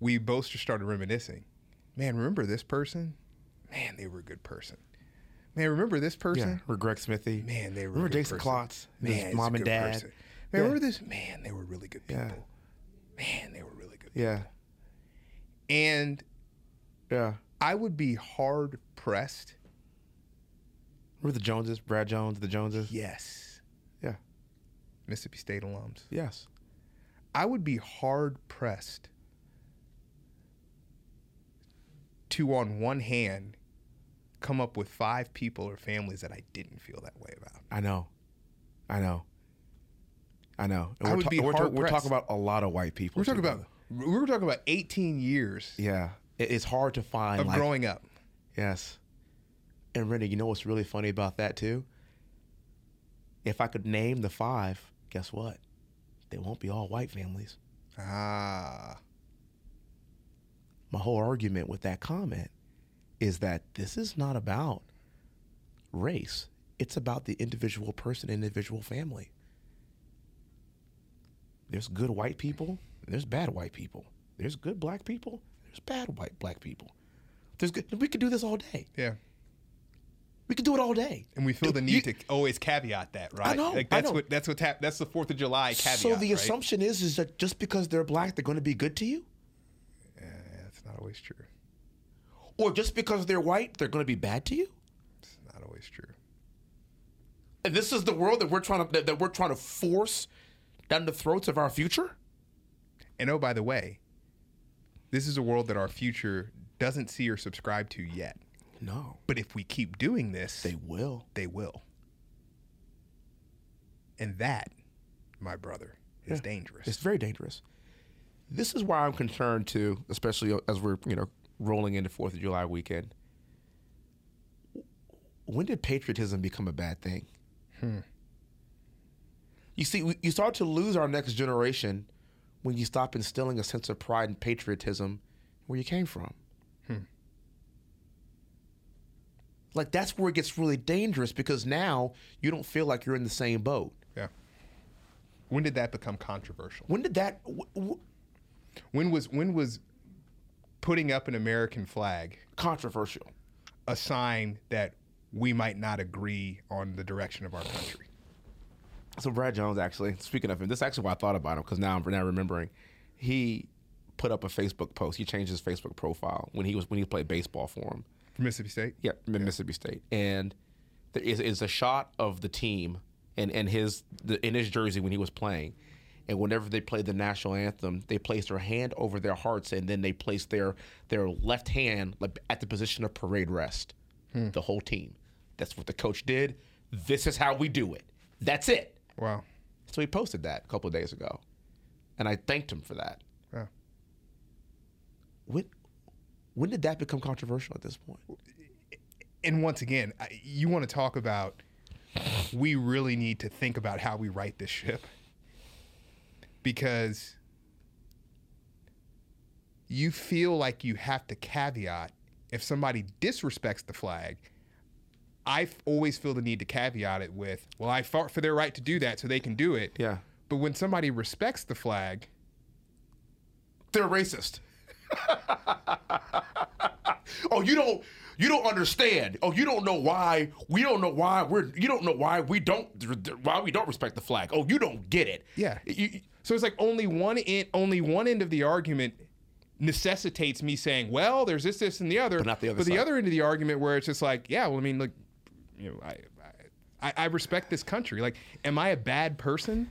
we both just started reminiscing man remember this person man they were a good person man remember this person Or Greg Smithy. Man, they were remember a good Jason person. Klotz, Man, his he's a mom and good dad. person. Man, remember this? Man, they were really good people. Yeah. Man, they were really good. Yeah, And yeah. I would be hard pressed. Remember the Joneses, Brad Jones, the Joneses. Yes, yeah. Mississippi State alums. Yes. I would be hard pressed to, on one hand, come up with five people or families that I didn't feel that way about. I know. I know. I know. And I we're would ta- be we're, ta- we're hard-pressed. talking about a lot of white people. We're talking too, about brother. we were talking about 18 years Yeah. It- It's hard to find of like growing up. Yes. And Rennie, you know what's really funny about that too? If I could name the five, guess what? They won't be all white families. Ah, My whole argument with that comment is that this is not about race. It's about the individual person, individual family. There's good white people, and there's bad white people. There's good black people, there's bad white black people. There's good we could do this all day. yeah. We could do it all day. And we feel the You- need to always caveat that, right? know, Like I that's know. what that's what hap- that's the Fourth of July caveat. So the right? assumption is is that just because they're black, they're going to be good to you, yeah, it's not always true. or just because they're white, they're going to be bad to you. It's not always true. And this is the world that we're trying to that, that we're trying to force down the throats of our future. And oh, by the way, this is a world that our future doesn't see or subscribe to yet. No, But if we keep doing this, they will. they will. And that, my brother, is Yeah. dangerous. It's very dangerous. This is why I'm concerned too, especially as we're you know rolling into Fourth of July weekend. When did patriotism become a bad thing? You see, we, you start to lose our next generation when you stop instilling a sense of pride and patriotism where you came from. Like that's where it gets really dangerous because now you don't feel like you're in the same boat. yeah. When did that become controversial? When did that? W- w- When was when was putting up an American flag controversial. a sign that we might not agree on the direction of our country? So Brad Jones, actually, speaking of him, this is actually why I thought about him because now I'm now remembering, he put up a Facebook post. He changed his Facebook profile when he was when he played baseball for him. For Mississippi State? Yeah, Mi- Mississippi State, and there is, is a shot of the team and and his the, in his jersey when he was playing, and whenever they played the national anthem, they placed their hand over their hearts and then they placed their their left hand like at the position of parade rest. The whole team. That's what the coach did. This is how we do it. That's it. Wow. So he posted that a couple of days ago, and I thanked him for that. Yeah. When when did that become controversial at this point? And once again, I- you want to talk about we really need to think about how we write this ship because you feel like you have to caveat if somebody disrespects the flag. I f- always feel the need to caveat it with, well, I fought for their right to do that so they can do it. Yeah, But when somebody respects the flag, they're racist. [laughs] oh, you don't you don't understand. Oh, you don't know why we don't know why we're you don't know why we don't why we don't respect the flag. Oh, you don't get it. Yeah. You- So it's like only one end, only one end of the argument necessitates me saying, "Well, there's this, this, and the other," But not the other But side. the other end of the argument where it's just like, "Yeah, well, I mean, like, you know, I, I, I respect this country. Like, am I a bad person,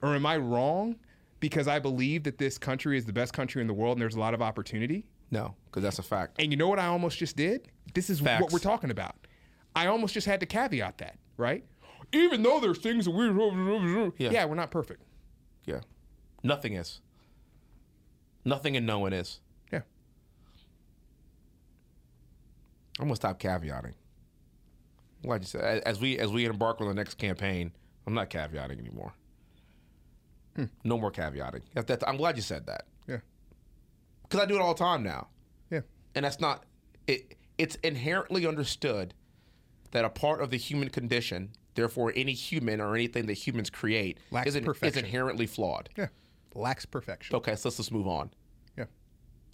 or am I wrong because I believe that this country is the best country in the world and there's a lot of opportunity?" no, because that's a fact. And you know what I almost just did? This is Facts. what we're talking about. I almost just had to caveat that, right? Even though there's things that we, Yeah. yeah, we're not perfect. Yeah, nothing is. Nothing and no one is. Yeah. I'm gonna stop caveating. Like you said, as we as we embark on the next campaign, I'm not caveating anymore. Hmm. No more caveating. That- that's- I'm glad you said that Yeah. because I do it all the time now, Yeah. and that's not it. It's inherently understood that a part of the human condition, therefore, any human or anything that humans create Lacks is, in- is perfection. inherently flawed. Yeah. Lacks perfection. Okay, so let's just move on. Yeah.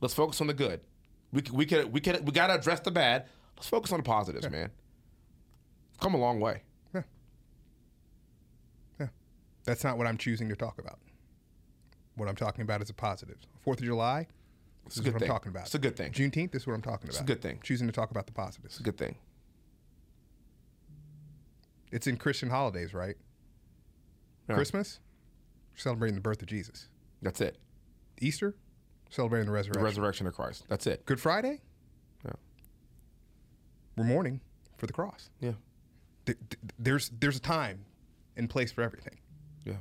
Let's focus on the good. We c- we could we could we gotta address the bad. Let's focus on the positives, man. Come a long way. That's not what I'm choosing to talk about. What I'm talking about is a positive. Fourth of July, this is good what thing. I'm talking about. It's a good thing. Juneteenth, this is what I'm talking about. a good thing. Choosing to talk about the positives. It's a good thing. It's in Christian holidays, right? Yeah. Christmas, celebrating the birth of Jesus. That's it. Easter, celebrating the The resurrection. resurrection of Christ. That's it. good Friday, Yeah. we're mourning for the cross. Yeah. Th- th- There's there's a time and place for everything. Yeah.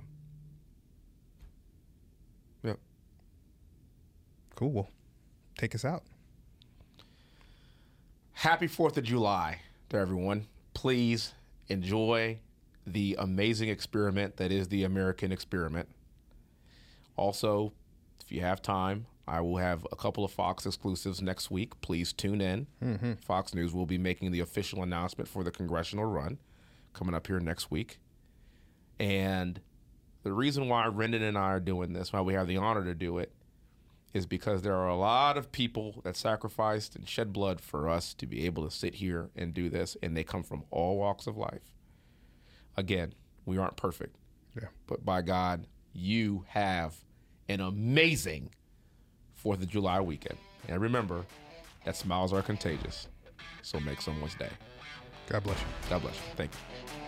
Yep. Cool. Well, take us out. Happy 4th of July to everyone. Please enjoy the amazing experiment that is the American experiment. Also, if you have time, I will have a couple of Fox exclusives next week. Please tune in. Fox News will be making the official announcement for the congressional run coming up here next week. And the reason why Rendon and I are doing this, why we have the honor to do it, is because there are a lot of people that sacrificed and shed blood for us to be able to sit here and do this, and they come from all walks of life. Again, we aren't perfect, Yeah. but by God, you have an amazing Fourth of July weekend. And remember that smiles are contagious, so make someone's day. God bless you. God bless you. Thank you.